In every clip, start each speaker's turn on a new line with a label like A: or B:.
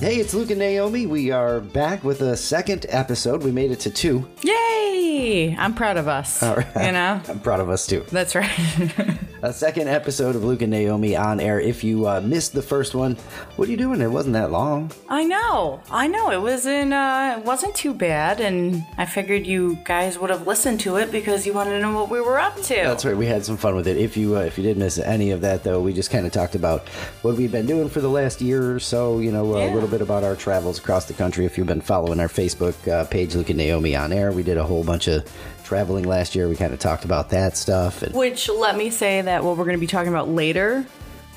A: Hey, it's Luke and Naomi. We are back with a second episode. We made it to two.
B: Yay! I'm proud of us. You know?
A: I'm proud of us, too.
B: That's right.
A: A second episode of Luke and Naomi on air. If you uh, missed the first one, what are you doing? It wasn't that long.
B: I know. I know. It was in uh it wasn't too bad and I figured you guys would have listened to it because you wanted to know what we were up to.
A: That's right. We had some fun with it. If you uh, if you did miss any of that, though, we just kind of talked about what we've been doing for the last year or so. You know, uh, a
B: Yeah.
A: little bit about our travels across the country. If you've been following our Facebook uh, page, Luke and Naomi on air, we did a whole bunch of traveling last year. We kind of talked about that stuff. And
B: Which let me say that what we're going to be talking about later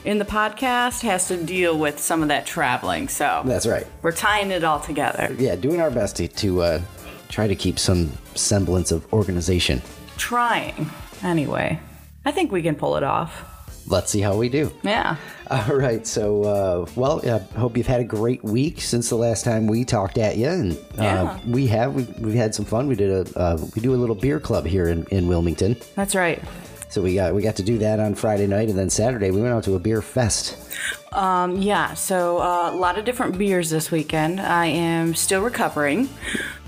B: in the podcast has to deal with some of that traveling. So
A: that's right.
B: we're tying it all together.
A: Yeah, doing our best to, to uh, try to keep some semblance of organization.
B: Trying. Anyway, I think we can pull it off.
A: Let's see how we do.
B: Yeah.
A: All right. So, uh, well, I hope you've had a great week since the last time we talked at you, and uh,
B: Yeah.
A: we have. We've, we've had some fun. We did a uh, we do a little beer club here in, in Wilmington.
B: That's right.
A: So we got we got to do that on Friday night, and then Saturday we went out to a beer fest.
B: Um, yeah, so uh, a lot of different beers this weekend. I am still recovering.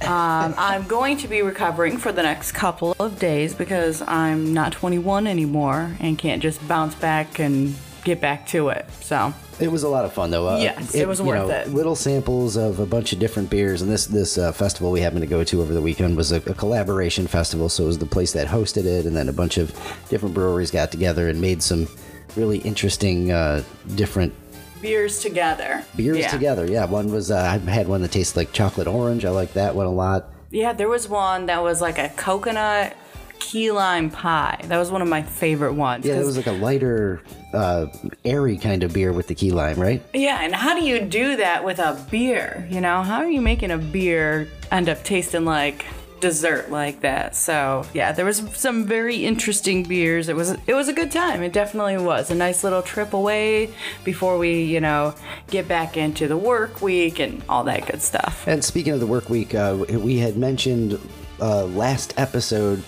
B: Um, I'm going to be recovering for the next couple of days because I'm not 21 anymore and can't just bounce back and get back to it. So,
A: It was a lot of fun though. Uh,
B: Yes, it was
A: you
B: worth it.
A: Little samples of a bunch of different beers, and this this uh, festival we happened to go to over the weekend was a, a collaboration festival. So it was the place that hosted it, and then a bunch of different breweries got together and made some really interesting uh, different
B: beers together.
A: beers
B: Yeah.
A: together. Yeah, one was uh, I had one that tasted like chocolate orange. I like that one a lot.
B: Yeah, there was one that was like a coconut key lime pie. That was one of my favorite ones.
A: Yeah, it
B: 'cause-
A: was like a lighter, uh, airy kind of beer with the key lime, right?
B: Yeah, and how do you do that with a beer? You know, how are you making a beer end up tasting like dessert like that? So yeah, there was some very interesting beers. It was it was a good time. It definitely was a nice little trip away before we you know get back into the work week and all that good stuff.
A: And speaking of the work week, uh, we had mentioned uh, last episode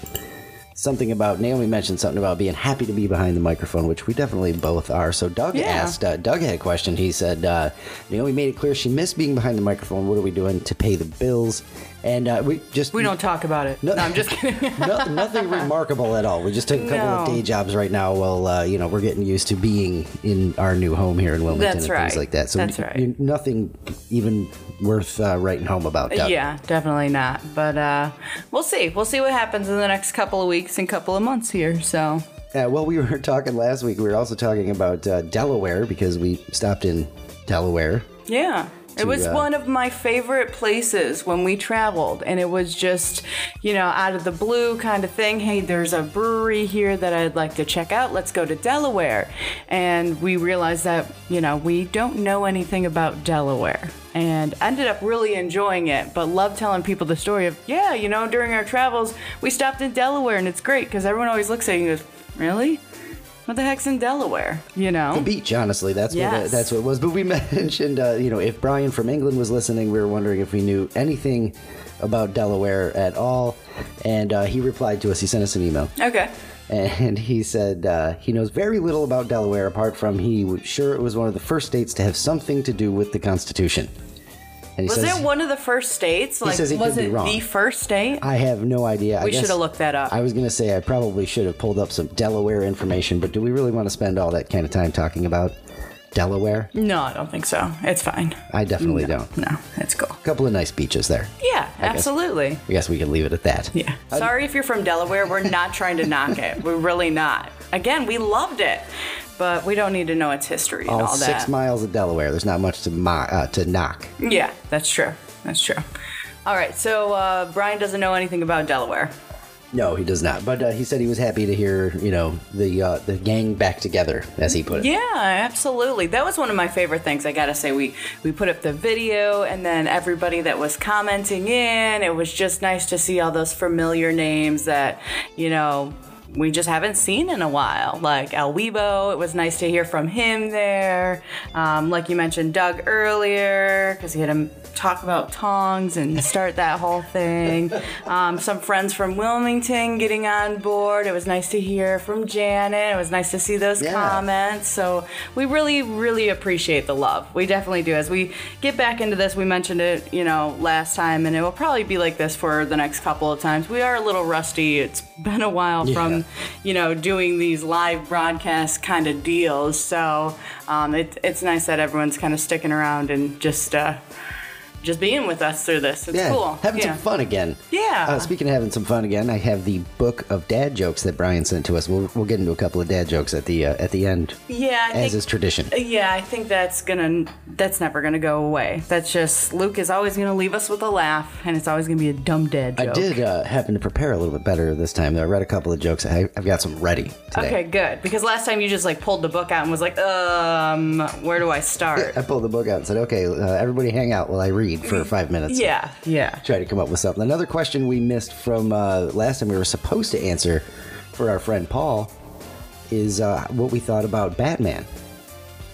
A: something about Naomi mentioned something about being happy to be behind the microphone, which we definitely both are. So Doug
B: Yeah.
A: asked, uh, Doug had a question. He said, uh, Naomi made it clear she missed being behind the microphone. What are we doing to pay the bills? And uh, we just
B: We don't talk about it. No, I'm just kidding.
A: no, nothing remarkable at all. We just took a couple of
B: No.
A: day jobs right now. While uh, you know, we're getting used to being in our new home here in Wilmington
B: That's
A: and things
B: right.
A: like that. So
B: That's
A: you-
B: right.
A: you- nothing even worth uh, writing home about. Doug.
B: Yeah, definitely not. But uh, we'll see. We'll see what happens in the next couple of weeks and couple of months here. So
A: Uh, well, we were talking last week. We were also talking about uh, Delaware because we stopped in Delaware.
B: Yeah. It was
A: uh,
B: one of my favorite places when we traveled, and it was just, you know, out of the blue kind of thing. Hey, there's a brewery here that I'd like to check out. Let's go to Delaware. And we realized that, you know, we don't know anything about Delaware and ended up really enjoying it, but love telling people the story of, yeah, you know, during our travels, we stopped in Delaware, and it's great because everyone always looks at you and goes, really? What the heck's in Delaware? You know?
A: Beach, honestly, that's what uh,
B: Yes.
A: that's what it was. But we mentioned, uh, you know, if Brian from England was listening, we were wondering if we knew anything about Delaware at all. And uh, he replied to us. He sent us an email.
B: Okay.
A: and he said uh, he knows very little about Delaware apart from he was sure it was one of the first states to have something to do with the Constitution. And he
B: Was
A: says,
B: it one of the first states? Like,
A: says he
B: was
A: could be
B: it
A: wrong.
B: the first state?
A: I have no idea. I
B: we
A: guess-
B: should have looked that up.
A: I was going to say I probably should have pulled up some Delaware information, but do we really want to spend all that kind of time talking about Delaware?
B: no, I don't think so. It's fine.
A: I definitely don't.
B: No, it's cool.
A: A couple of nice beaches there.
B: Yeah, absolutely.
A: I guess we can leave it at that.
B: Yeah. Sorry if you're from Delaware. We're not trying to knock it. We're really not. Again, we loved it, but we don't need to know its history and
A: All
B: all,
A: six
B: that.
A: miles of Delaware. There's not much to mo- uh, to knock.
B: yeah, that's true. That's true. All right, so uh, Brian doesn't know anything about Delaware.
A: No, he does not. But uh, he said he was happy to hear, you know, the uh, the gang back together, as he put it.
B: Yeah, absolutely. That was one of my favorite things. I gotta say, we we put up the video, and then everybody that was commenting in. It was just nice to see all those familiar names that, you know. we just haven't seen in a while. Like El Weibo, it was nice to hear from him there. Um, like you mentioned, Doug earlier, because he had him talk about tongs and start that whole thing. Um, some friends from Wilmington getting on board. It was nice to hear from Janet. It was nice to see those
A: Yeah.
B: comments. So we really, really appreciate the love. We definitely do. As we get back into this, we mentioned it, you know, last time, and it will probably be like this for the next couple of times. We are a little rusty. It's been a while
A: Yeah.
B: from you know doing these live broadcast kind of deals so um, it, it's nice that everyone's kind of sticking around and just uh, just being with us through this it's
A: yeah,
B: cool
A: having
B: yeah.
A: some fun again.
B: Yeah.
A: Uh, speaking of having some fun again, I have the book of dad jokes that Brian sent to us. We'll, we'll get into a couple of dad jokes at the uh, at the end,
B: yeah I
A: as
B: think,
A: is tradition.
B: yeah i think that's gonna that's never gonna go away that's just luke is always gonna leave us with a laugh and it's always gonna be a dumb dad joke
A: I did uh, happen to prepare a little bit better this time. Though I read a couple of jokes. I, I've got some ready today.
B: Okay, good. Because last time you just like pulled the book out and was like, um, where do I start?
A: I pulled the book out and said, "Okay, uh, everybody, hang out while I read for five minutes."
B: Yeah, yeah.
A: Try to come up with something. Another question we missed from uh, last time we were supposed to answer for our friend Paul is uh, what we thought about Batman.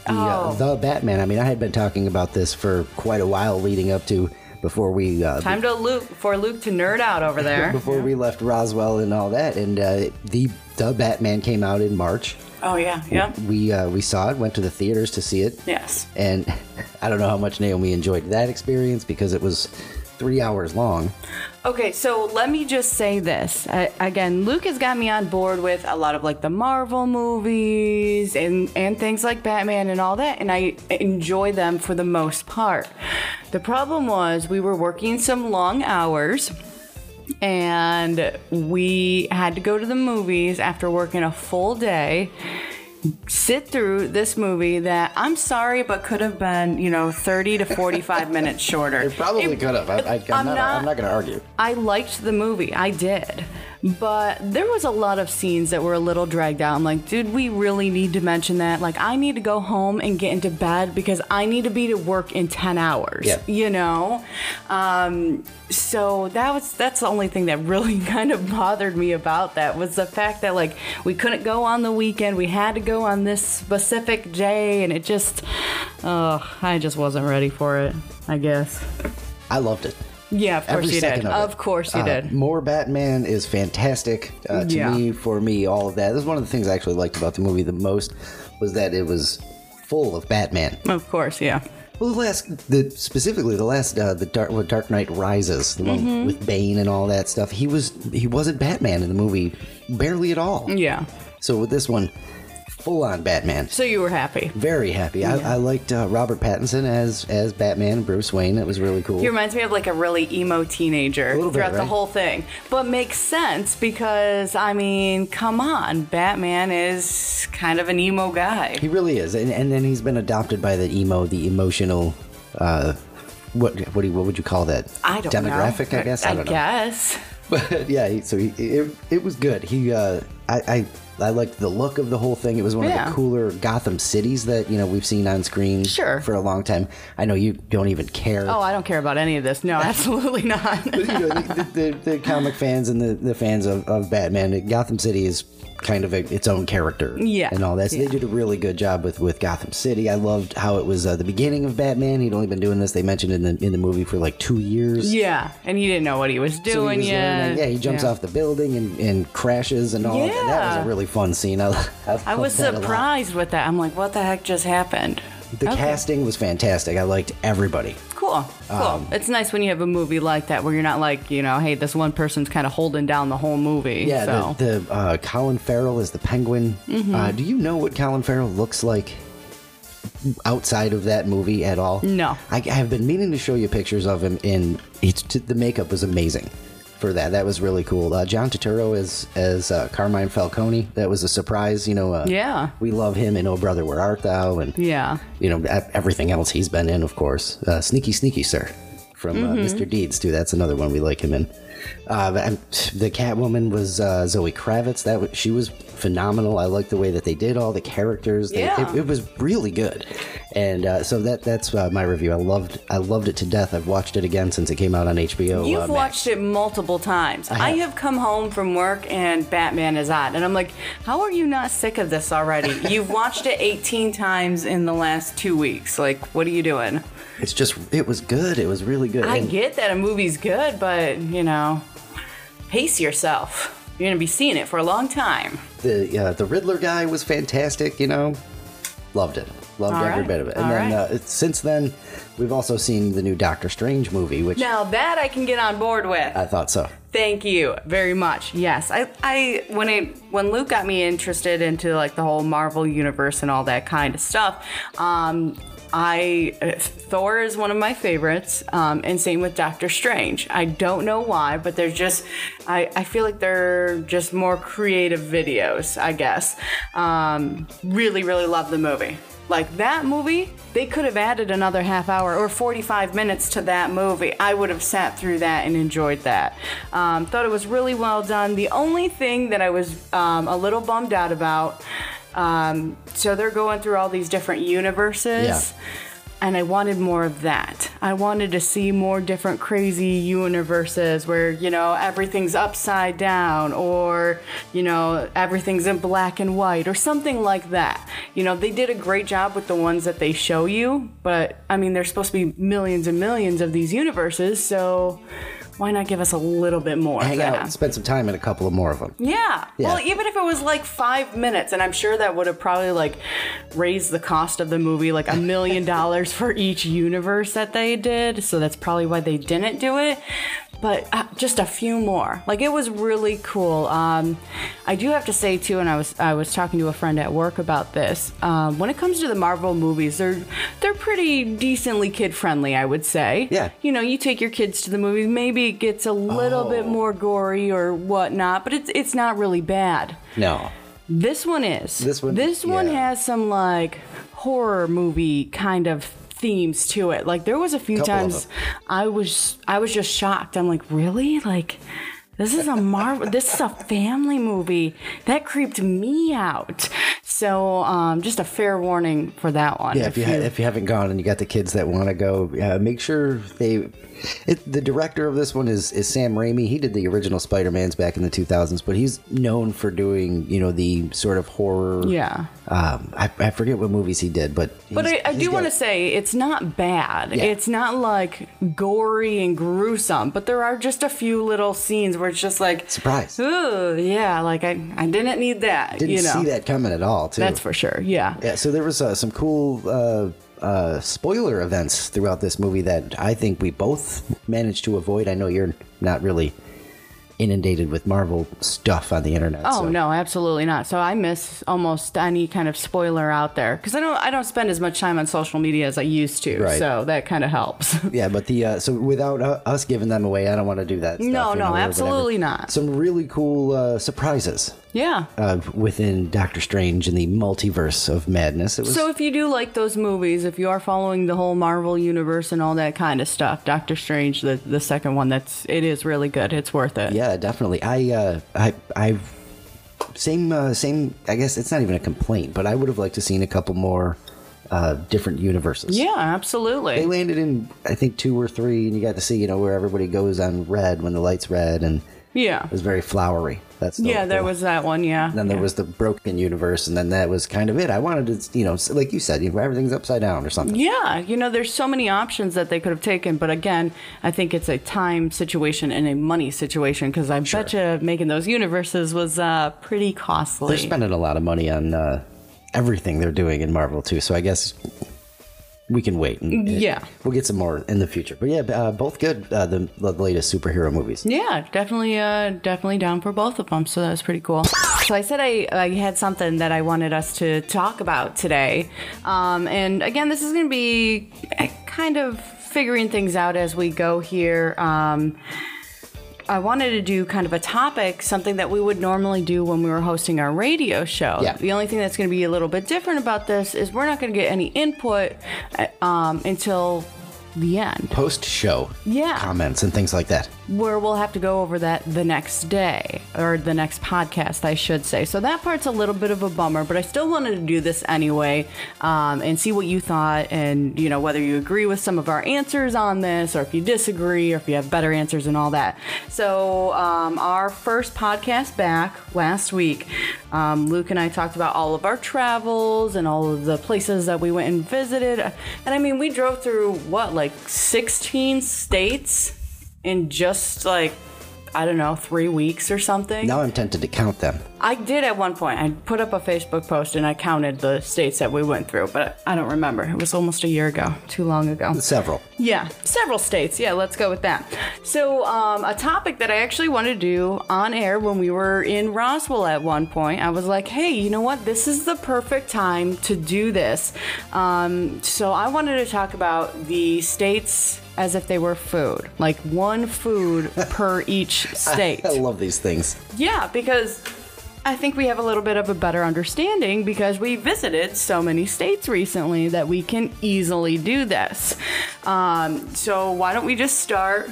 A: The, uh,
B: Oh.
A: the Batman. I mean, I had been talking about this for quite a while leading up to before we uh,
B: Time to Luke for Luke to nerd out over there.
A: before we left Roswell and all that. And uh, the the Batman came out in March.
B: oh yeah, yeah.
A: We uh, we saw it. Went to the theaters to see it.
B: Yes.
A: And I don't know how much Naomi enjoyed that experience because it was three hours long.
B: Okay, so let me just say this. I, again, Luke has got me on board with a lot of like the Marvel movies and and things like Batman and all that, and I enjoy them for the most part. The problem was we were working some long hours. And we had to go to the movies after working a full day, sit through this movie that I'm sorry, but could have been, you know, 30 to 45 minutes shorter.
A: It probably could have. I, I, I'm,
B: I'm
A: not,
B: not-
A: I'm not going to argue.
B: I liked the movie. I did. But there was a lot of scenes that were a little dragged out. I'm like, dude, we really need to mention that. Like, I need to go home and get into bed because I need to be to work in 10 hours.
A: Yeah.
B: You know? Um, so that was that's the only thing that really kind of bothered me about that was the fact that like we couldn't go on the weekend. We had to go on this specific day and it just oh, I just wasn't ready for it, I guess.
A: I loved it.
B: Yeah, of course
A: Every
B: you
A: second
B: did.
A: of it.
B: Of course you
A: Uh,
B: did.
A: More Batman is fantastic uh, to
B: Yeah.
A: me, for me, all of that. This is one of the things I actually liked about the movie the most was that it was full of Batman.
B: Of course, yeah.
A: Well, the last, the, specifically the last, uh, the Dark, what, Dark Knight Rises, the one
B: Mm-hmm.
A: with Bane and all that stuff. He was he wasn't Batman in the movie, barely at all.
B: Yeah.
A: So with this one, full on Batman.
B: So you were happy.
A: Very happy. I, I liked uh, Robert Pattinson as as Batman, Bruce Wayne. That was really cool.
B: He reminds me of like a really emo teenager
A: little bit,
B: throughout the
A: right?
B: whole thing. But makes sense because, I mean, come on. Batman is kind of an emo guy.
A: he really is, and and then he's been adopted by the emo, the emotional. Uh, what what do you, what would you call that?
B: I don't know.
A: demographic, I guess. I, don't know.
B: guess.
A: But yeah, he- so he, it it was good. He uh, I. I I liked the look of the whole thing. It was one of
B: Yeah.
A: the cooler Gotham cities that you know we've seen on screen
B: Sure.
A: for a long time. I know you don't even care.
B: Oh, I don't care about any of this. No, absolutely not.
A: you know, the, the, the, the comic fans and the, the fans of, of Batman, Gotham City is kind of a, its own character.
B: Yeah.
A: And all that. So
B: Yeah.
A: They did a really good job with, with Gotham City. I loved how it was uh, the beginning of Batman. He'd only been doing this, they mentioned in the, in the movie, for like two years.
B: yeah. And he didn't know what he was
A: So he
B: doing
A: was
B: yet.
A: learning- yeah, he jumps off the building and, and crashes and all that. That was
B: Yeah.
A: a really fun scene. I, I,
B: I
A: loved that a
B: was
A: lot.
B: surprised with that. I'm like, what the heck just happened?
A: The casting was fantastic. I liked everybody.
B: Cool. Cool.
A: Um,
B: it's nice when you have a movie like that where you're not like, you know, hey, this one person's kind of holding down the whole movie.
A: Yeah,
B: So. Mm-hmm.
A: the, the uh, Colin Farrell is the Penguin. Uh, do you know what Colin Farrell looks like outside of that movie at all?
B: No.
A: I, I have been meaning to show you pictures of him, and it's t- the makeup was amazing for that. That was really cool. Uh, John Turturro as as uh, Carmine Falcone. That was a surprise. You know. Uh,
B: Yeah.
A: We love him in Oh Brother Where Art Thou, and
B: yeah.
A: you know e- everything else
B: Mm-hmm.
A: he's been in, of course. Uh, Sneaky Sneaky Sir from uh, Mr. Deeds too. That's another one we like him in. Uh, and the Catwoman was uh, Zoe Kravitz. That was, she was phenomenal. I liked the way that they did all the characters. They-
B: Yeah.
A: it, it was really good. And uh, so that that's uh, my review. I loved I loved it to death. I've watched it again since it came out on HBO. uh,
B: You've
A: Max.
B: watched it multiple times. I have.
A: have.
B: come home from work and Batman is on. And I'm like, how are you not sick of this already? You've watched it 18 times in the last two weeks. Like, what are you doing?
A: It's just it was good. It was really good.
B: I
A: And-
B: get that a movie's good, but, you know, pace yourself. You're going to be seeing it for a long time.
A: the uh, the Riddler guy was fantastic. You know, loved it, loved
B: All
A: every
B: right,
A: bit of it. And
B: all
A: then
B: right.
A: uh, it's- since then, we've also seen the new Doctor Strange movie, which
B: Now, that I can get on board with.
A: I thought so.
B: Thank you very much. Yes, I, I when it when Luke got me interested into like the whole Marvel universe and all that kind of stuff, um, I uh, Thor is one of my favorites, um, and same with Doctor Strange. I don't know why, but they're just I, I feel like they're just more creative videos, I guess. Um, really, really love the movie. Like that movie, they could have added another half hour or 45 minutes to that movie. I would have sat through that and enjoyed that. Um, thought it was really well done. The only thing that I was um, a little bummed out about, um, so they're going through all these different universes.
A: Yeah.
B: And I wanted more of that. I wanted to see more different crazy universes where, you know, everything's upside down or, you know, everything's in black and white or something like that. You know, they did a great job with the ones that they show you, but I mean, there's supposed to be millions and millions of these universes, so why not give us a little bit more? of
A: Hang out,
B: that?
A: and spend some time in a couple of more of them.
B: Yeah.
A: Yeah.
B: Well, even if it was like five minutes, and I'm sure that would have probably like raised the cost of the movie like a million dollars for each universe that they did. So that's probably why they didn't do it. But uh, just a few more. Like it was really cool. Um, I do have to say too, and I was I was talking to a friend at work about this. Um, when it comes to the Marvel movies, they're they're pretty decently kid friendly, I would say.
A: Yeah.
B: You know, you take your kids to the movies. Maybe it gets a little bit
A: Oh.
B: more or gory or whatnot, but it's it's not really bad.
A: No,
B: This one is.
A: This one-
B: This one
A: yeah.
B: has some like horror movie kind of themes to it. Like there was a few
A: Couple of
B: times
A: them.
B: I was I was just shocked. I'm like, really? Like this is a Marvel. this is a family movie that creeped me out. So um, just a fair warning for that one.
A: yeah. If you ha- if you haven't gone and you got the kids that want to go, uh, make sure they. It, the director of this one is is Sam Raimi. He did the original Spider Man's back in the 2000s, but he's known for doing you know the sort of horror.
B: Yeah.
A: Um, I, I forget what movies he did, but
B: But I,
A: he's-
B: I
A: he's
B: do
A: got-
B: want to say it's not bad.
A: Yeah.
B: It's not like gory and gruesome, but there are just a few little scenes where it's just like,
A: surprise.
B: ooh, yeah, like I, I didn't need that.
A: Didn't
B: you know,
A: see that coming at all. Too.
B: that's for sure. Yeah.
A: Yeah, so there was uh, some cool uh, uh, spoiler events throughout this movie that I think we both managed to avoid. I know you're not really inundated with Marvel stuff on the internet.
B: Oh
A: so-
B: no, absolutely not. So I miss almost any kind of spoiler out there because I don't, I don't spend as much time on social media as I used to.
A: Right.
B: So that kind of helps.
A: Yeah, but the uh, so without uh, us giving them away, I don't want to do that. Stuff,
B: No,
A: you
B: no,
A: or whatever.
B: absolutely not.
A: Some really cool uh, surprises
B: yeah.
A: uh, within Doctor Strange and the multiverse of madness. It was
B: So if you do like those movies, if you are following the whole Marvel universe and all that kind of stuff, Doctor Strange, the the second one, that's it is really good. It's worth it.
A: Yeah, definitely. I, uh, I, I, same, uh, same. I guess it's not even a complaint, but I would have liked to seen a couple more uh, different universes.
B: Yeah,
A: they
B: absolutely.
A: landed in I think two or three, and you got to see you know where everybody goes on red when the lights red, and
B: Yeah.
A: it was very flowery. That's the-
B: Yeah, there
A: the-
B: was that one. Yeah.
A: Then there was the broken universe, and then that was kind of it. I wanted to, you know, s- like you said, you know, everything's upside down or something.
B: Yeah, you know, there's so many options that they could have taken, but again, I think it's a time situation and a money situation because I bet you making those universes was uh, pretty costly.
A: They're spending a lot of money on uh, everything they're doing in Marvel too, so I guess we can wait. And, and
B: Yeah.
A: we'll get some more in the future. But yeah, uh, both good. Uh, the, the latest superhero movies.
B: Yeah, definitely, uh, definitely down for both of them. So that was pretty cool. So I said I, I had something that I wanted us to talk about today, um, and again, this is going to be uh, kind of figuring things out as we go here. Um, I wanted to do kind of a topic, something that we would normally do when we were hosting our radio show.
A: Yeah.
B: The only thing that's going to be a little bit different about this is we're not going to get any input uh, um, until the end.
A: Post show
B: Yeah.
A: comments and things like that.
B: where we'll have to go over that the next day or the next podcast, I should say. So that part's a little bit of a bummer, but I still wanted to do this anyway um, and see what you thought and, you know, whether you agree with some of our answers on this or if you disagree or if you have better answers and all that. So, um, our first podcast back last week, um, Luke and I talked about all of our travels and all of the places that we went and visited. And I mean, we drove through what, like 16 states? in just like I don't know, three weeks or something.
A: Now I'm tempted to count them.
B: I did at one point. I put up a Facebook post and I counted the states that we went through, but I don't remember. It was almost a year ago, too long ago.
A: Several.
B: Yeah, several states. Yeah, let's go with that. So, um, a topic that I actually wanted to do on air when we were in Roswell at one point, I was like, hey, you know what? This is the perfect time to do this. Um, so, I wanted to talk about the states as if they were food, like one food per each state.
A: I love these things.
B: Yeah, because I think we have a little bit of a better understanding because we visited so many states recently that we can easily do this. Um, so, why don't we just start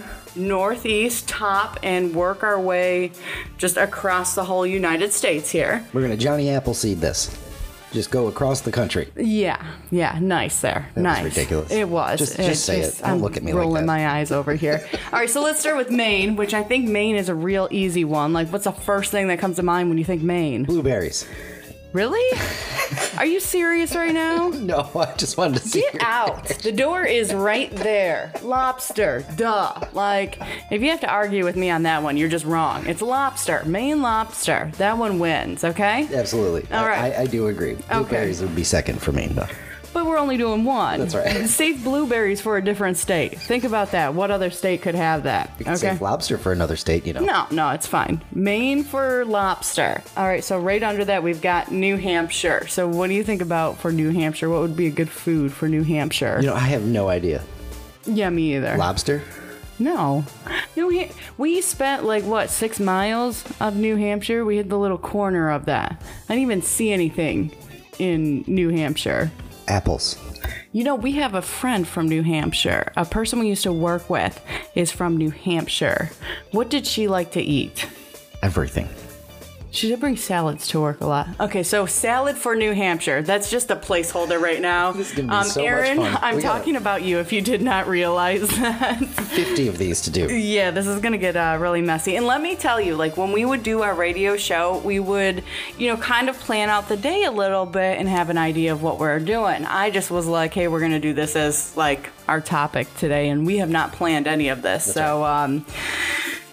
B: northeast top and work our way just across the whole United States here?
A: We're gonna Johnny Appleseed this. Just go across the country.
B: Yeah, yeah, nice there.
A: was
B: nice.
A: ridiculous.
B: It was.
A: Just-
B: It
A: just say it. Don't
B: I'm
A: look at me like
B: rolling
A: that.
B: my eyes over here. All right, so let's start with Maine, which I think Maine is a real easy one. Like, what's the first thing that comes to mind when you think Maine?
A: Blueberries.
B: Really? Are you serious right now?
A: No, I just wanted to see.
B: Get out. The door is right there. Lobster. Duh. Like, if you have to argue with me on that one, you're just wrong. It's lobster. Maine lobster. That one wins, okay?
A: Absolutely.
B: All
A: I-
B: right.
A: I, I do agree. Blueberries would be second for me, though.
B: But we're only doing one.
A: That's right.
B: Save blueberries for a different state. Think about that. What other state could have that?
A: You can save lobster for another state, you know.
B: No, no, it's fine. Maine for lobster. All right, so right under that we've got New Hampshire. So what do you think about for New Hampshire? What would be a good food for New Hampshire?
A: You know, I have no idea.
B: Yeah, me either.
A: Lobster?
B: No. New ha- we spent like what, 6 miles of New Hampshire. We hit the little corner of that. I didn't even see anything in New Hampshire.
A: Apples.
B: You know, we have a friend from New Hampshire. A person we used to work with is from New Hampshire. What did she like to eat?
A: Everything.
B: She did bring salads to work a lot. Okay, so salad for New Hampshire. That's just a placeholder right now.
A: This is gonna be so much
B: Aaron,
A: fun.
B: I'm
A: We got it.
B: talking about you if you did not realize that.
A: 50 of these to do.
B: Yeah, this is gonna get uh, really messy. And let me tell you, like when we would do our radio show, we would, you know, kind of plan out the day a little bit and have an idea of what we're doing. I just was like, hey, we're gonna do this as like our topic today, and we have not planned any of this. so, um,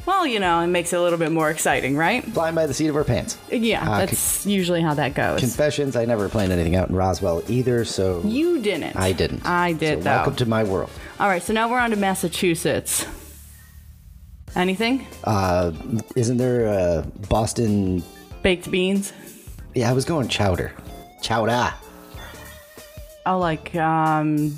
B: well, you know, it makes it a little bit more exciting, right?
A: Flying by the seat of our pants.
B: Yeah,
A: Ah,
B: that's usually how that goes.
A: Confessions, I never planned anything out in Roswell either, so
B: you didn't.
A: I didn't.
B: I did
A: So
B: though.
A: Welcome to my world.
B: All right, so now we're on to Massachusetts. Anything?
A: Uh, isn't there uh, Boston?
B: Baked beans.
A: Yeah, I was going chowder. Chowder.
B: Oh, like um,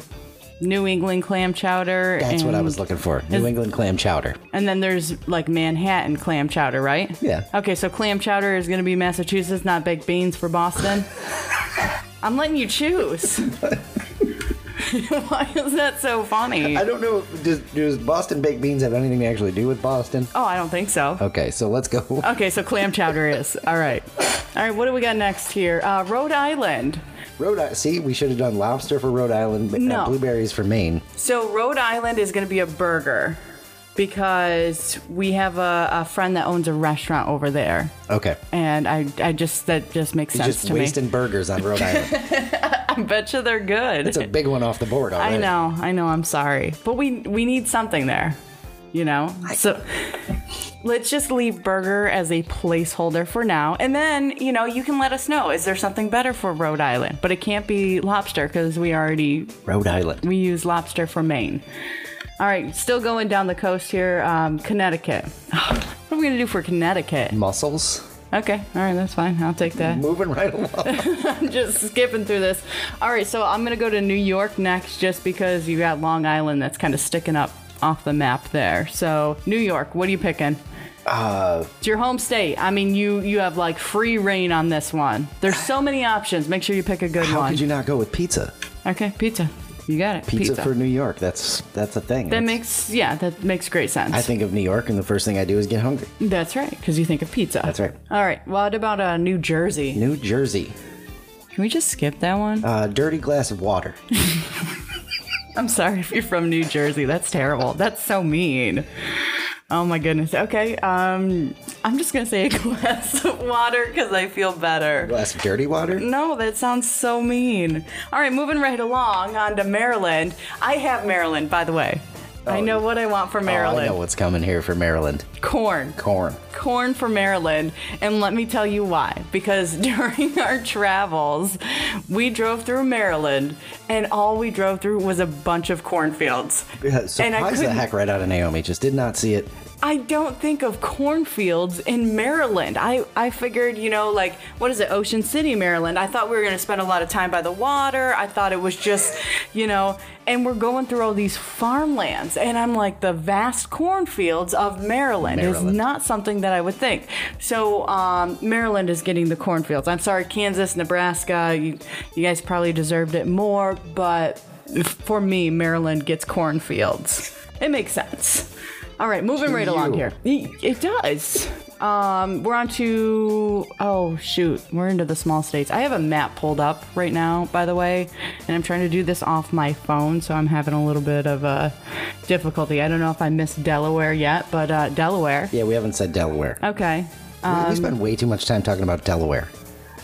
B: New England clam chowder.
A: That's what I
B: and-
A: was looking for. New England clam chowder.
B: And then there's like Manhattan clam chowder, right?
A: Yeah.
B: Okay, so clam chowder is going to be Massachusetts, not baked beans for Boston. I'm letting you choose. Why is that so funny?
A: I don't know. Does, does Boston baked beans have anything to actually do with Boston?
B: oh, I don't think so.
A: Okay, so let's go.
B: Okay, so clam chowder is. All right. All right, what do we got next here? Uh, Rhode Island.
A: Rhode Island. See, we should have done lobster for Rhode Island, but uh,
B: No.
A: blueberries for Maine.
B: So Rhode Island is going to be a burger because we have a, a friend that owns a restaurant over there.
A: Okay.
B: and I, I just that just makes
A: You're
B: sense
A: just
B: to
A: wasting burgers on Rhode Island.
B: me. I bet you they're good.
A: It's a big one off the board already.
B: I know, I know. I'm sorry, but we we need something there, you know. so let's just leave burger as a placeholder for now, and then you know you can let us know is there something better for Rhode Island, but it can't be lobster because we already
A: Rhode Island.
B: we use lobster for Maine. All right, still going down the coast here, um, Connecticut. what are we gonna do for Connecticut?
A: Mussels.
B: Okay, all right, that's fine. I'll take that.
A: Moving right along.
B: just skipping through this. All right, so I'm gonna go to New York next, just because you got Long Island that's kind of sticking up off the map there. So New York, what are you picking?
A: Uh,
B: It's your home state. I mean, you you have like free reign on this one. There's so many options. Make sure you pick a good
A: how
B: one.
A: could you not go with pizza?
B: okay, pizza. You got it.
A: Pizza, for New York. That's that's a thing.
B: that
A: That's-
B: makes yeah, that makes great sense.
A: I think of New York, and the first thing I do is get hungry.
B: That's right, because you think of pizza.
A: That's right.
B: All right. What about uh, New Jersey?
A: New Jersey,
B: Can we just skip that one?
A: uh, dirty glass of water.
B: I'm sorry if you're from New Jersey. That's terrible. That's so mean. Oh my goodness. Okay. Um, I'm just gonna say a glass of water because I feel better.
A: glass of dirty water.
B: No, that sounds so mean. All right, moving right along on to Maryland. I have Maryland, by the way. I know what I want for
A: Oh, I
B: Maryland.
A: know what's coming here for Maryland.
B: Corn.
A: Corn.
B: corn for Maryland, and let me tell you why. Because during our travels, we drove through Maryland, and all we drove through was a bunch of cornfields.
A: Yeah,
B: And I
A: Surprised the
B: couldn't-
A: heck right out of Naomi. Just did not see it.
B: I don't think of cornfields in Maryland. I, I figured, you know, like, what is it, Ocean City, Maryland? I thought we were going to spend a lot of time by the water. I thought it was just, you know, and we're going through all these farmlands. And I'm like, the vast cornfields of Maryland, is
A: Maryland.
B: not something that I would think. So, um, Maryland is getting the cornfields. I'm sorry, Kansas, Nebraska, you, you guys probably deserved it more, but for me, Maryland gets cornfields. It makes sense. All right, moving right along
A: you.
B: here. It it does. Um, we're on to oh shoot, we're into the small states. I have a map pulled up right now, by the way, and I'm trying to do this off my phone, so I'm having a little bit of a difficulty. I don't know if I missed Delaware yet, but uh, Delaware.
A: Yeah, we haven't said Delaware.
B: Okay,
A: We-
B: Um,
A: we spend way too much time talking about Delaware.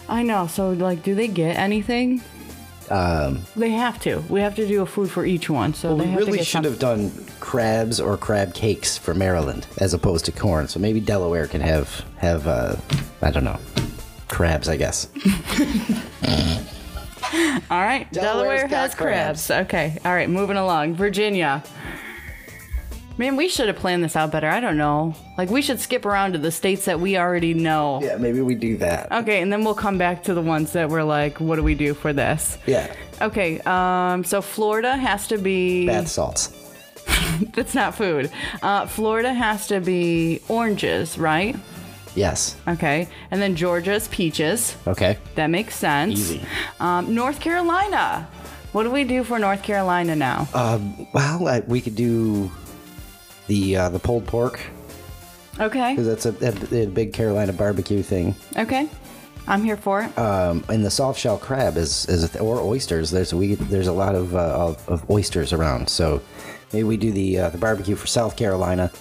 B: I know. So like, do they get anything?
A: Um,
B: They have to. We have to do a food for each one, so they
A: we
B: have to
A: really
B: get
A: should
B: something.
A: have done crabs or crab cakes for Maryland as opposed to corn. So maybe Delaware can have have uh, I don't know crabs. I guess.
B: All right,
A: Delaware's
B: Delaware
A: got
B: has crabs. Okay, all right, moving along. Virginia. Man, we should have planned this out better. I don't know. Like, we should skip around to the states that we already know.
A: Yeah, maybe we do that.
B: Okay, and then we'll come back to the ones that we're like, what do we do for this?
A: Yeah,
B: Okay, um, so Florida has to be.
A: bath salts.
B: That's not food. Uh, Florida has to be oranges, right?
A: Yes.
B: Okay, and then Georgia's peaches.
A: Okay.
B: That makes sense.
A: Easy.
B: Um, North Carolina. What do we do for North Carolina now?
A: Um, well, I, we could do the uh, the pulled pork
B: okay.
A: because that's a, that- a big Carolina barbecue thing.
B: Okay. I'm here for it.
A: Um, and the soft shell crab is is a th- or oysters. There's we there's a lot of, uh, of of oysters around. So maybe we do the uh, the barbecue for South Carolina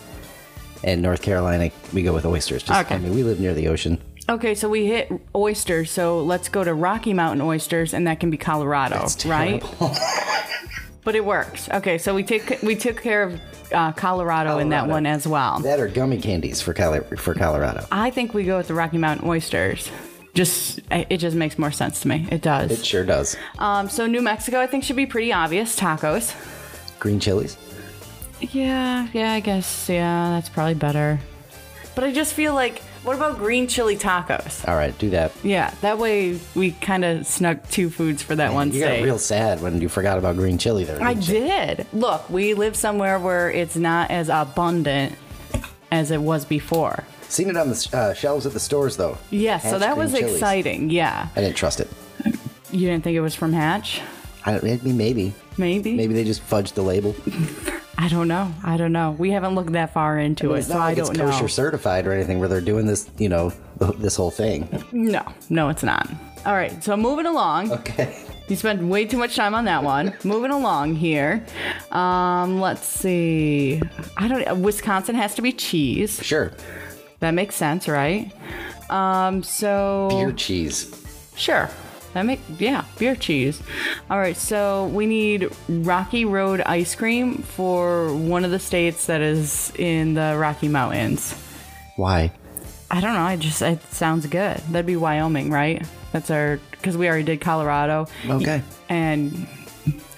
A: and North Carolina. We go with oysters. Just,
B: Okay.
A: I mean, we live near the ocean.
B: okay, so we hit oysters, so let's go to Rocky Mountain oysters and that can be Colorado,
A: That's
B: right?
A: terrible.
B: But it works. Okay, so we took we took care of uh, Colorado, in that
A: Colorado.
B: one as well.
A: that or gummy candies for Cali- for Colorado.
B: I think we go with the Rocky Mountain oysters. Just it just makes more sense to me. It does.
A: It sure does.
B: um, so New Mexico, I think, should be pretty obvious. Tacos.
A: Green chilies.
B: Yeah, yeah, I guess. Yeah, that's probably better. But I just feel like, what about green chili tacos?
A: All right, do that.
B: Yeah, that way we kind of snuck two foods for that one
A: You
B: state.
A: got real sad when you forgot about green chili there.
B: I
A: didn't you?
B: did. Look, we live somewhere where it's not as abundant as it was before.
A: Seen it on the uh, shelves at the stores, though.
B: Yes, so
A: Hatch
B: that
A: green
B: was
A: chilies.
B: exciting. Yeah.
A: I didn't trust it.
B: You didn't think it was from Hatch?
A: I don't, I mean, maybe.
B: Maybe.
A: Maybe they just fudged the label.
B: I don't know. I don't know. We haven't looked that far into it,
A: It's
B: so
A: not like
B: I don't
A: it's
B: know.
A: kosher certified or anything where they're doing this, you know, this whole thing.
B: No, no, it's not. All right, so moving along.
A: Okay.
B: You spent way too much time on that one. Moving along here. Um, let's see. I don't. Wisconsin has to be cheese.
A: Sure.
B: That makes sense, right? Um, so
A: Beer cheese.
B: sure. That make yeah, beer cheese. All right, so we need Rocky Road ice cream for one of the states that is in the Rocky Mountains.
A: Why?
B: I don't know. I just it sounds good. That'd be Wyoming, right? That's our because we already did Colorado.
A: Okay.
B: and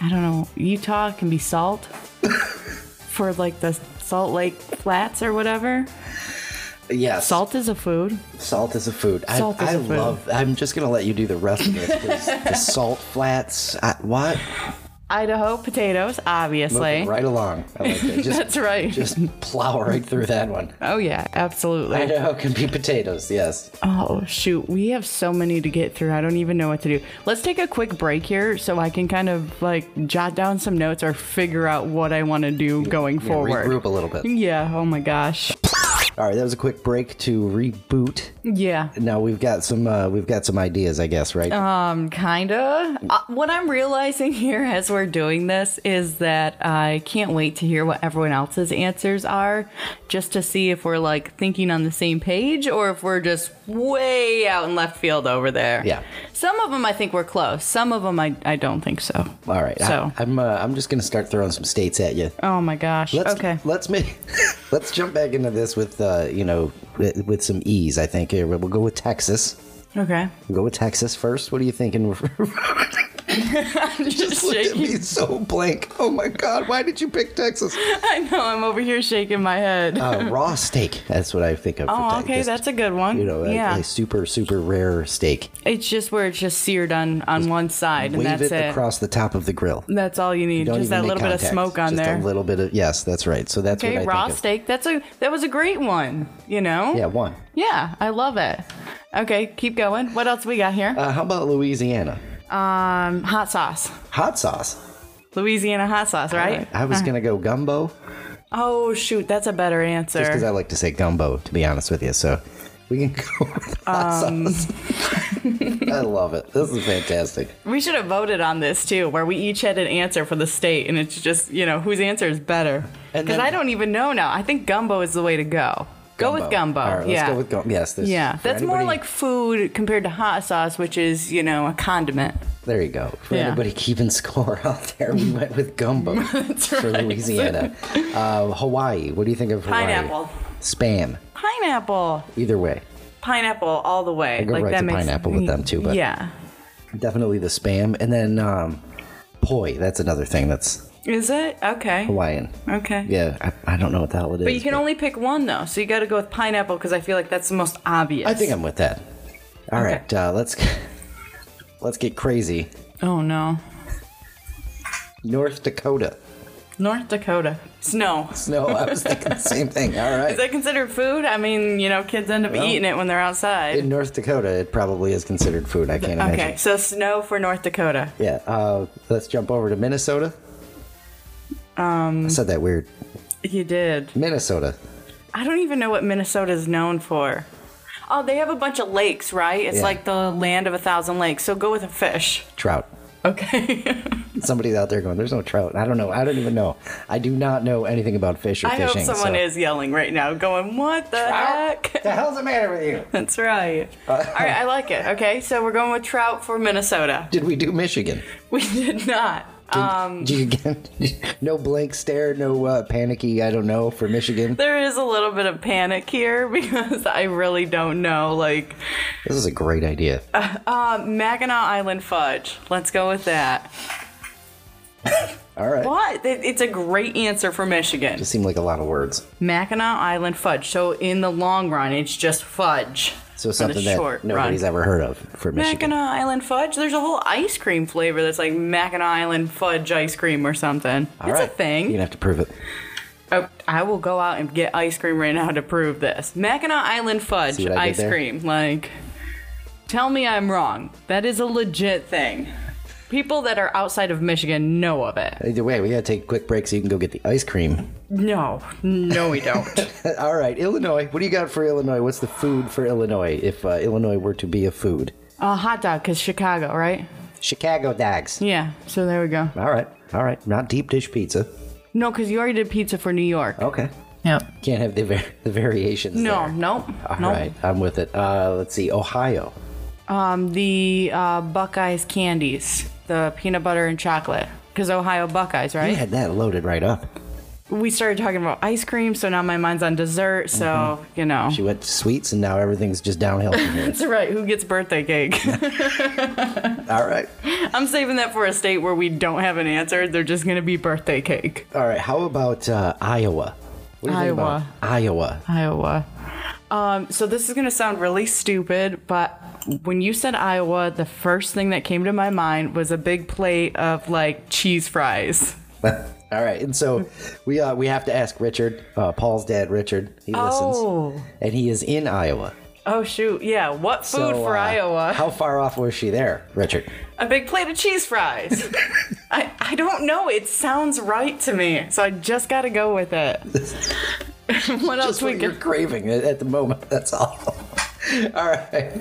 B: I don't know, Utah can be salt for like the Salt Lake Flats or whatever.
A: Yes.
B: Salt is a food.
A: Salt is a food. I,
B: Salt is
A: I
B: a food.
A: love. I'm just gonna let you do the rest of this. 'cause the salt flats. I, what?
B: Idaho potatoes, obviously.
A: Moving right along. I like that. Just,
B: That's right.
A: Just plow right through that one.
B: Oh yeah, absolutely.
A: Idaho can be potatoes, yes.
B: Oh, shoot. We have so many to get through. I don't even know what to do. Let's take a quick break here so I can kind of like jot down some notes or figure out what I want to do going
A: Yeah,
B: forward.
A: Regroup a little bit.
B: Yeah. Oh my gosh.
A: All right, that was a quick break to reboot.
B: Yeah.
A: Now we've got some uh, we've got some ideas, I guess, right?
B: Um, kinda. Uh, what I'm realizing here as we're doing this is that I can't wait to hear what everyone else's answers are, just to see if we're like thinking on the same page or if we're just way out in left field over there.
A: Yeah.
B: Some of them I think we're close. Some of them I, I don't think so.
A: All right.
B: So.
A: I, am uh, I'm just gonna start throwing some states at you.
B: Oh my gosh.
A: Let's,
B: okay.
A: Let's make let's jump back into this with uh, you know with, with some ease. I think here we'll go with Texas.
B: Okay.
A: We'll go with Texas first. What are you thinking?
B: Just
A: Look at
B: shaking.
A: me so blank. Oh my god! Why did you pick Texas?
B: I know. I'm over here shaking my head.
A: Uh, raw steak. That's what I think of. for
B: oh,
A: Tex-
B: okay.
A: just,
B: That's a good one.
A: you know a,
B: yeah.
A: a super super rare steak.
B: it's just where it's just seared on on one side, and
A: Wave it,
B: that's it.
A: across the top of the grill.
B: That's all you need.
A: Don't
B: Just
A: even
B: that
A: make
B: little bit of
A: contact.
B: smoke on
A: Just
B: there.
A: A little bit of yes, that's right. So that's what I
B: okay, raw
A: think of.
B: steak. That's a that was a great one. You know.
A: Yeah, one.
B: Yeah, I love it. Okay, keep going. What else we got here?
A: Uh, how about Louisiana
B: Um, hot sauce.
A: hot sauce?
B: Louisiana hot sauce, right?
A: I was gonna go gumbo
B: Oh shoot, that's a better answer.
A: just because I like to say gumbo. To be honest with you, so we can go with hot
B: Um.
A: sauce. I love it. This is fantastic.
B: we should have voted on this too, where we each had an answer for the state, and it's just you know whose answer is better.
A: And
B: Because
A: then-
B: I don't even know now. I think gumbo is the way to go. Go with gumbo.
A: All right, let's
B: yeah.
A: go with gumbo. Yes, this
B: yeah,
A: for
B: that's more
A: anybody-
B: like food compared to hot sauce, which is, you know, a condiment.
A: There you go. For
B: Yeah.
A: anybody keeping score out there, we went with gumbo for Louisiana. Uh, Hawaii. What do you think of Hawaii?
B: Pineapple.
A: Spam.
B: Pineapple.
A: Either way,
B: Pineapple all the way.
A: go
B: like
A: right
B: that
A: to
B: makes
A: pineapple with them, too, but-
B: Yeah.
A: definitely the spam, and then um, poi. That's another thing that's
B: Is it? Okay.
A: Hawaiian.
B: Okay.
A: Yeah, I, I don't know what the hell it is.
B: But you can only pick one though, so you got to go with pineapple because I feel like that's the most obvious.
A: I think I'm with that. All
B: Okay.
A: right, uh, let's let's get crazy.
B: Oh no.
A: North Dakota.
B: North Dakota. Snow. Is
A: No, I was thinking the same thing. All right.
B: that considered food? I mean, you know, kids end up eating it when they're outside.
A: in North Dakota, it probably is considered food. I can't imagine.
B: Okay, so snow for North Dakota.
A: Yeah. Uh, let's jump over to Minnesota. Um, I said that weird.
B: You did.
A: Minnesota.
B: I don't even know what Minnesota is known for. Oh, they have a bunch of lakes, right? It's
A: Yeah.
B: like the land of a thousand lakes. So go with a fish.
A: Trout.
B: Okay.
A: Somebody's out there going, "There's no trout." I don't know. I don't even know. I do not know anything about fish or
B: I hope
A: fishing.
B: someone
A: so-
B: is yelling right now, going, "What the
A: Trout?
B: heck?"
A: The hell's the matter with you?
B: That's right. All right, I like it. Okay, so we're going with trout for Minnesota.
A: Did we do Michigan?
B: We did not.
A: Did,
B: Uh,
A: did you get no blank stare, no uh, panicky? I don't know for Michigan.
B: there is a little bit of panic here because I really don't know. Like
A: This is a great idea.
B: Mackinac Island fudge. Let's go with that.
A: All right.
B: What? It- It's a great answer for Michigan.
A: It seemed like a lot of words.
B: Mackinac Island fudge. So in the long run, it's just fudge.
A: So
B: On the
A: something
B: short
A: that nobody's
B: run. uh,
A: ever heard of for Michigan.
B: Mackinac Island fudge. There's a whole ice cream flavor that's like Mackinac Island fudge ice cream or something.
A: All
B: it's
A: right.
B: a thing.
A: You'd have to prove it.
B: Oh, I will go out and get ice cream right now to prove this. Mackinac Island fudge
A: See what I did
B: ice
A: there?
B: cream. Like, tell me I'm wrong. That is a legit thing. People that are outside of Michigan know of it.
A: Either way, we gotta take a quick break so you can go get the ice cream.
B: No, no, we don't.
A: All right, Illinois. What do you got for Illinois? What's the food for Illinois if uh, Illinois were to be a food?
B: uh, hot dog, because Chicago, right?
A: Chicago dogs.
B: Yeah, so there we go.
A: All right, all right. Not deep dish pizza.
B: No, because you already did pizza for New York.
A: Okay.
B: Yep.
A: Can't have the, var- the variations.
B: No,
A: there.
B: nope.
A: All
B: nope.
A: right, I'm with it. Uh, let's see, Ohio.
B: Um, the uh, Buckeyes candies, the peanut butter and chocolate. Because Ohio Buckeyes,
A: I
B: right?
A: had that loaded right up.
B: We started talking about ice cream, so now my mind's on dessert, so, you know.
A: Mm-hmm. She went to sweets, and now everything's just downhill from here.
B: That's right. Who gets birthday cake?
A: all right,
B: I'm saving that for a state where we don't have an answer. They're just going to be birthday cake.
A: all right. How about uh, Iowa? What do you think
B: Iowa.
A: about Iowa?
B: Iowa. Um, so this is going to sound really stupid, but when you said Iowa, the first thing that came to my mind was a big plate of like cheese fries.
A: All right, and so we uh, we have to ask Richard, uh, Paul's dad, Richard. He listens,
B: Oh.
A: and he is in Iowa.
B: Oh shoot, yeah. What food
A: So,
B: for
A: uh,
B: Iowa?
A: How far off was she there, Richard?
B: a big plate of cheese fries. I, I don't know. It sounds right to me, so I just got to go with it. what else
A: That's
B: we
A: what you're
B: get?
A: craving at- at the moment. That's all. all right,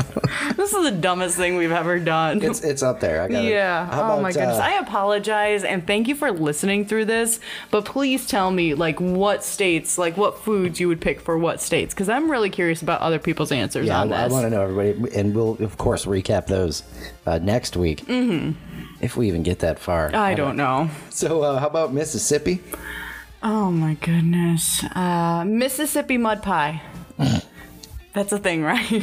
B: This is the dumbest thing we've ever done.
A: it's it's up there. I got
B: Yeah.
A: How
B: oh
A: about,
B: my goodness.
A: uh,
B: I apologize and thank you for listening through this, but please tell me like what states, like what foods you would pick for what states cuz I'm really curious about other people's answers
A: yeah, I,
B: on this.
A: want to know everybody, and we'll of course recap those uh, next week mm-hmm. if we even get that far.
B: I don't know.
A: So, uh, how about Mississippi?
B: Oh my goodness. Uh, Mississippi mud pie.
A: Mm.
B: That's a thing, right?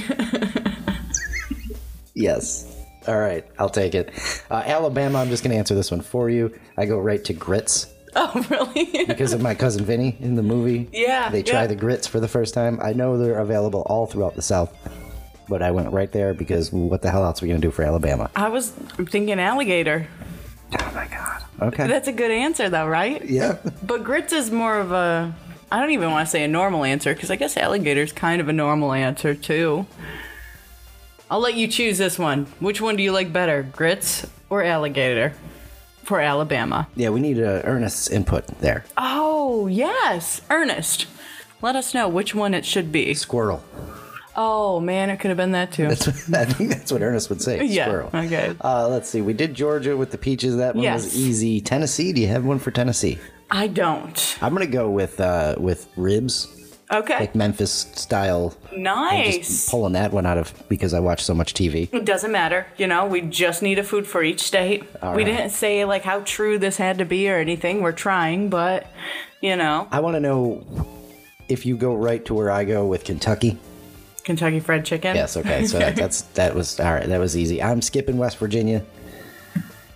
A: Yes. All right, I'll take it. Uh, Alabama, I'm just going to answer this one for you. I go right to grits
B: oh, really?
A: because of my cousin Vinny in the movie.
B: Yeah,
A: They try
B: yeah.
A: the grits for the first time. I know they're available all throughout the South, but I went right there because what the hell else are we going to do for Alabama?
B: I was thinking alligator.
A: Oh my God. Okay.
B: That's a good answer though, right?
A: Yeah.
B: But grits is more of a I don't even want to say a normal answer because I guess alligator's kind of a normal answer too. I'll let you choose this one. Which one do you like better, grits or alligator? For Alabama.
A: Yeah, we need uh, Ernest's input there.
B: Oh, yes. Ernest. Let us know which one it should be.
A: Squirrel.
B: Oh, man, it could have been that too.
A: That's what, I think that's what Ernest would say.
B: Yeah,
A: Squirrel.
B: okay.
A: Uh, let's see. We did Georgia with the peaches. That one
B: Yes.
A: was easy. Tennessee. Do you have one for Tennessee?
B: I don't.
A: I'm gonna go with uh, with ribs,
B: Okay.
A: like Memphis style. I'm
B: Nice. Mm.
A: just pulling that one out of because I watch so much TV.
B: It doesn't matter, you know. We just need a food for each state. we
A: right.
B: didn't say like how true this had to be or anything. We're trying, but you know,
A: I want to know if you go right to where I go with Kentucky.
B: Kentucky Fried Chicken.
A: Yes. Okay. So that, that's that was all right. That was easy. I'm skipping West Virginia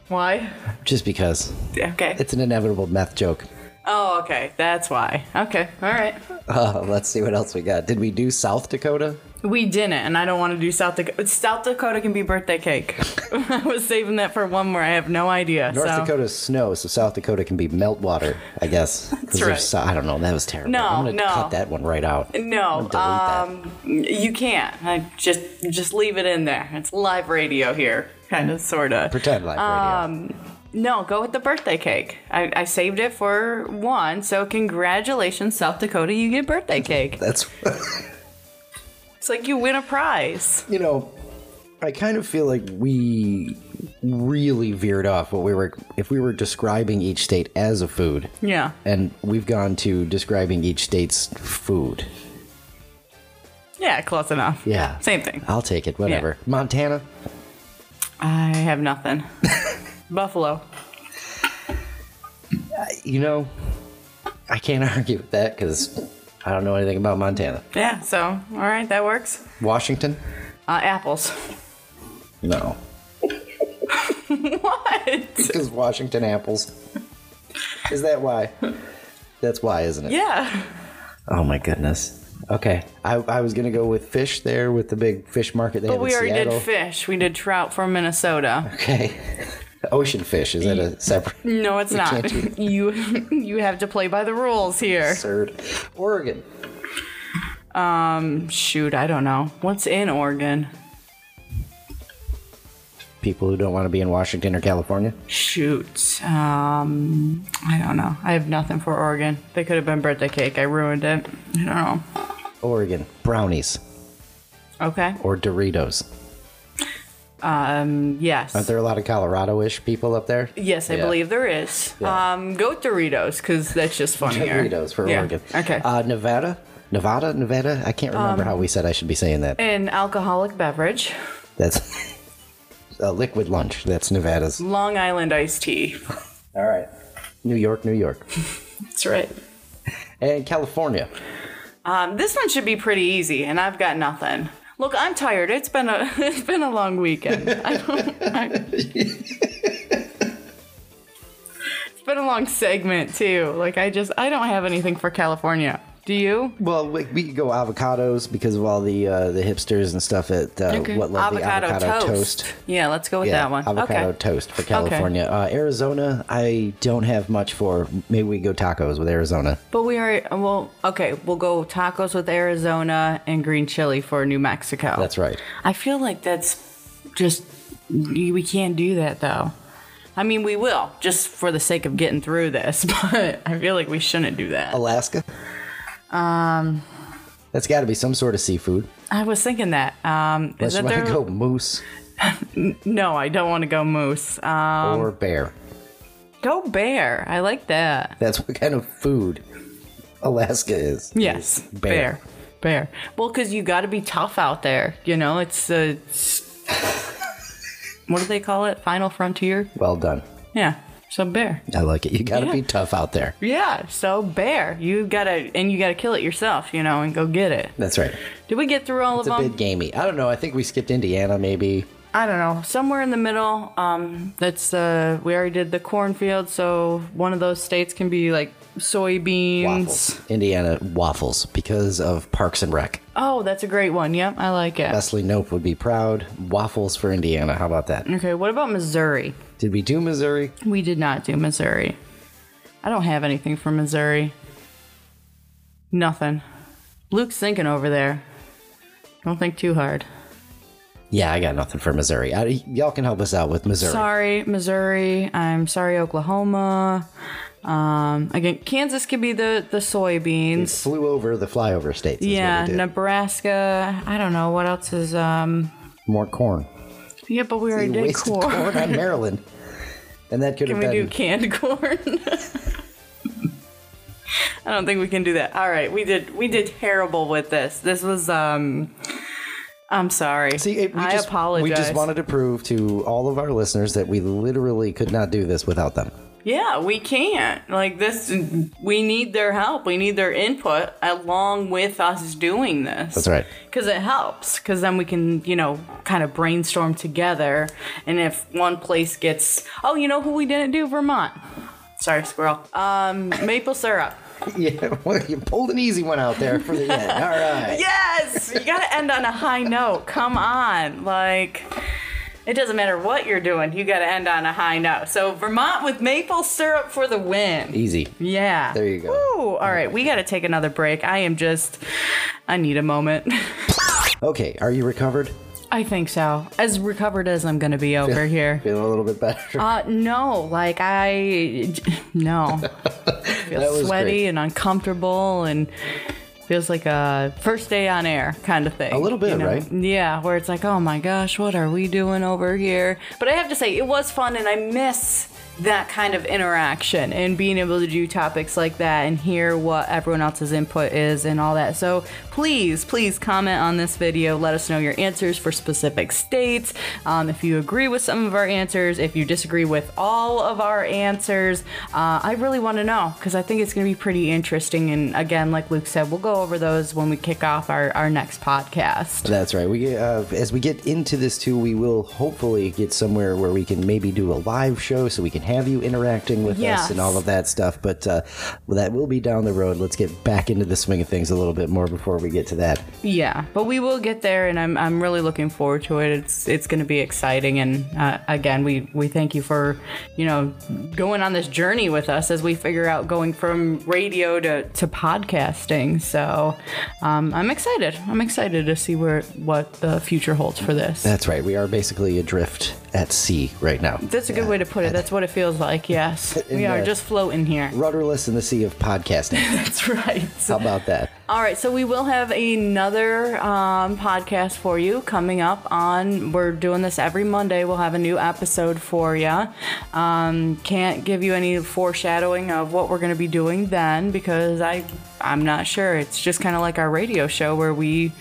B: Why?
A: just because
B: Okay.
A: it's an inevitable meth joke.
B: oh, okay. That's why. Okay. All right.
A: Uh, let's see what else we got. Did we do South Dakota?
B: We didn't, and I don't want to do South Dakota. South Dakota can be birthday cake. I was saving that for one where I have no idea.
A: North
B: so.
A: Dakota's snow, so South Dakota can be meltwater, I guess. 'Cause
B: That's
A: there's
B: right.
A: so- I don't know. That was terrible.
B: No,
A: I'm gonna
B: no.
A: cut that one right out.
B: No,
A: I'll delete
B: um, you can't. I just just leave it in there. It's live radio here, kind of, sorta.
A: Pretend like radio.
B: um, No, go with the birthday cake. I, I saved it for one, so congratulations, South Dakota, you get birthday cake.
A: That's
B: It's like you win a prize.
A: you know, I kind of feel like we really veered off what we were if we were describing each state as a food.
B: Yeah.
A: And we've gone to describing each state's food.
B: Yeah, close enough.
A: Yeah.
B: Same thing.
A: I'll take it, whatever. Montana.
B: I have nothing. Buffalo.
A: You know, I can't argue with that cuz I don't know anything about Montana.
B: Yeah, so, all right, that works.
A: Washington?
B: Uh, apples.
A: No.
B: what?
A: Because Washington apples. Is that why? That's why, isn't it?
B: Yeah.
A: Oh my goodness. Okay, I, I was gonna go with fish there with the big fish market they
B: But
A: have
B: we
A: in
B: already
A: Seattle.
B: did fish. We did trout from Minnesota.
A: okay, ocean fish is that a separate
B: No, it's not.
A: can't
B: You you have to play by the rules here.
A: absurd? Oregon.
B: Shoot, I don't know. What's in Oregon?
A: People who don't want to be in Washington or California.
B: Shoot. Um, I don't know. I have nothing for Oregon. They could have been birthday cake. I ruined it. I don't know.
A: Oregon brownies
B: Okay.
A: or Doritos.
B: Um, yes.
A: Aren't there a lot of Colorado-ish people up there?
B: yes, I
A: Yeah.
B: believe there is.
A: Yeah.
B: Um, go with Doritos because that's just funnier.
A: Doritos for
B: Yeah.
A: Oregon.
B: Okay. Um,
A: Uh, Nevada, Nevada, Nevada. I can't remember how we said I should be saying that.
B: An alcoholic beverage,
A: That's a liquid lunch. That's Nevada's.
B: Long Island iced tea.
A: All right. New York, New York,
B: That's right.
A: and California.
B: Um, this one should be pretty easy, and I've got nothing. Look, I'm tired. It's been a it's been a long weekend. I don't. I, it's been a long segment too. Like I just I don't have anything for California. Do you?
A: Well, we, we could go avocados because of all the uh, the hipsters and stuff at uh, what lovely avocado, toast.
B: Yeah, let's go with
A: Yeah,
B: that one.
A: Avocado
B: okay.
A: toast for California. Uh, Arizona, I don't have much for. Maybe we go tacos with Arizona.
B: But we are well. Okay, we'll go tacos with Arizona and green chili for New Mexico.
A: That's right.
B: I feel like that's just we can't do that though. I mean, we will just for the sake of getting through this, but I feel like we shouldn't do that.
A: Alaska. Um,
B: Um,
A: that's got to be some sort of seafood.
B: I was thinking that. Um, is
A: Unless you
B: that
A: want
B: there?
A: to go moose
B: No, I don't want to go moose. Uh,
A: or bear.
B: go bear. I like that.
A: That's what kind of food Alaska is.
B: Yes,
A: Is
B: bear, bear. Well, because you got to be tough out there. You know, it's uh, it's- what do they call it? Final frontier.
A: Well done.
B: Yeah. So bear.
A: I like it. You got to
B: Yeah.
A: be tough out there.
B: Yeah, so bear, you gotta and you gotta kill it yourself, you know, and go get it.
A: That's right.
B: Did we get through all
A: It's
B: of
A: a
B: them?
A: bit gamey. I don't know. I think we skipped Indiana, maybe.
B: I don't know, somewhere in the middle. Um, that's uh, we already did the cornfield, so one of those states can be like soybeans.
A: Waffles. Indiana waffles because of Parks and Rec.
B: Oh, that's a great one. Yep, I like it.
A: Leslie Nope would be proud. Waffles for Indiana. How about that?
B: okay, what about Missouri?
A: Did we do Missouri?
B: We did not do Missouri. I don't have anything for Missouri. Nothing. Luke's thinking over there. Don't think too hard.
A: Yeah, I got nothing for Missouri. I, y'all can help us out with Missouri.
B: Sorry, Missouri. I'm sorry, Oklahoma. Um, again, Kansas could be the the soybeans.
A: Flew over the flyover states. is what we
B: Yeah,
A: did.
B: Nebraska. I don't know what else is. Um,
A: More corn.
B: yeah, but we already
A: You
B: did
A: wasted
B: corn.
A: corn on Maryland. And that could
B: Can
A: have
B: we
A: been
B: do canned corn? I don't think we can do that. All right, we did we did terrible with this. This was um. I'm sorry.
A: See, it, we
B: I
A: just,
B: apologize.
A: We just wanted to prove to all of our listeners that we literally could not do this without them.
B: Yeah, we can't. Like this, we need their help. We need their input along with us doing this.
A: That's right.
B: Because it helps. Because then we can, you know, kind of brainstorm together. And if one place gets, oh, you know who we didn't do? Vermont. Sorry, squirrel. Um, maple syrup.
A: Yeah, well, you pulled an easy one out there for the end. All right.
B: Yes, you gotta end on a high note. Come on, like. It doesn't matter what you're doing, you gotta end on a high note. So, Vermont with maple syrup for the win.
A: Easy.
B: Yeah.
A: There you go.
B: Woo! All right, we got to take another break. I am just, I need a moment.
A: Okay, are you recovered?
B: I think so. As recovered as I'm going to be over here.
A: Feeling a little bit better.
B: Uh, no, like I, no. feel
A: That was
B: sweaty
A: great.
B: and uncomfortable and feels like a first day on air kind of thing. A
A: little bit, right?
B: Yeah, where it's like, oh my gosh, what are we doing over here? But I have to say, it was fun and I miss that kind of interaction and being able to do topics like that and hear what everyone else's input is and all that. So please, please comment on this video. Let us know your answers for specific states. Um, if you agree with some of our answers, if you disagree with all of our answers, uh, I really want to know because I think it's going to be pretty interesting. And again, like Luke said, we'll go over those when we kick off our, our next podcast.
A: That's right. We get, uh, as we get into this too, we will hopefully get somewhere where we can maybe do a live show so we can have you interacting with us
B: Yes.
A: and all of that stuff. But uh, well, that will be down the road. Let's get back into the swing of things a little bit more before we get to that.
B: Yeah, but we will get there, and I'm I'm really looking forward to it. It's it's going to be exciting, and uh, again, we we thank you for you know going on this journey with us as we figure out going from radio to to podcasting. So um, I'm excited. I'm excited to see where what the future holds for this.
A: That's right. We are basically adrift at sea right now.
B: That's a good way to put it. That's what it feels like. Yes, we are
A: the-
B: just floating here.
A: Rudderless in the sea of podcasting.
B: That's right.
A: How about that?
B: All right, so we will have another um, podcast for you coming up on. We're doing this every Monday. We'll have a new episode for you. Um, can't give you any foreshadowing of what we're going to be doing then because I I'm not sure. It's just kind of like our radio show where we,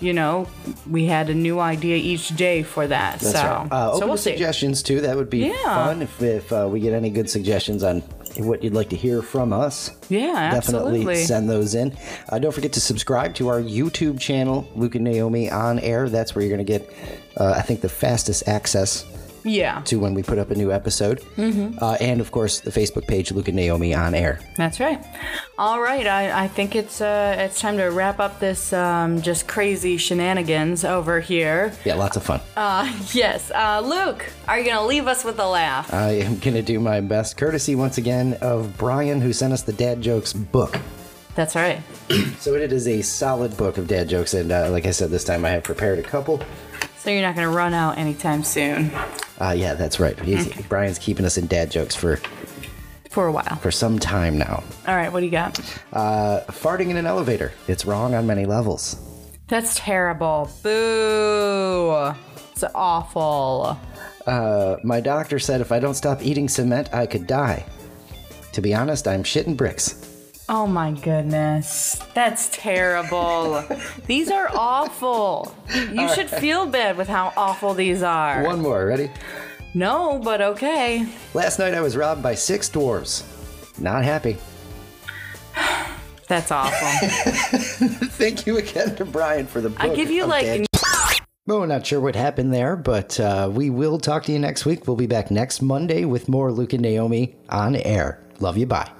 B: you know, we had a new idea each day for that. so
A: That's right. Uh, open
B: so
A: to
B: we'll see.
A: suggestions too. That would be
B: Yeah.
A: fun if, if uh, we get any good suggestions on what you'd like to hear from us.
B: Yeah,
A: Definitely
B: absolutely.
A: send those in. Uh, don't forget to subscribe to our YouTube channel, Luke and Naomi on Air. That's where you're going to get, uh, I think, the fastest access
B: Yeah.
A: to when we put up a new episode. Mm-hmm. Uh, and of course, the Facebook page, Luke and Naomi on air.
B: That's right. All right, I, I think it's uh, it's time to wrap up this um, just crazy shenanigans over here.
A: Yeah, lots of fun.
B: Yes, uh, Luke, are you gonna leave us with a laugh?
A: I am going to do my best, courtesy once again of Brian, who sent us the Dad Jokes book.
B: That's right.
A: So it is a solid book of dad jokes, and uh, like I said, this time I have prepared a couple.
B: So you're not gonna run out anytime soon
A: Uh, yeah, that's right. He's, Brian's keeping us in dad jokes for
B: for a while.
A: for some time now.
B: All right, what do you got?
A: Uh, farting in an elevator. It's wrong on many levels.
B: That's terrible. Boo. It's awful.
A: Uh, my doctor said if I don't stop eating cement, I could die. To be honest, I'm shitting bricks.
B: Oh my goodness. That's terrible. these are awful. You should feel bad with how awful these are.
A: One more, ready?
B: No, but okay.
A: Last night I was robbed by six dwarves. Not happy.
B: That's awful.
A: Thank you again to Brian for the book.
B: I give you
A: of dad
B: like
A: Well, we're not sure what happened there, but uh, we will talk to you next week. We'll be back next Monday with more Luke and Naomi on air. Love you. Bye.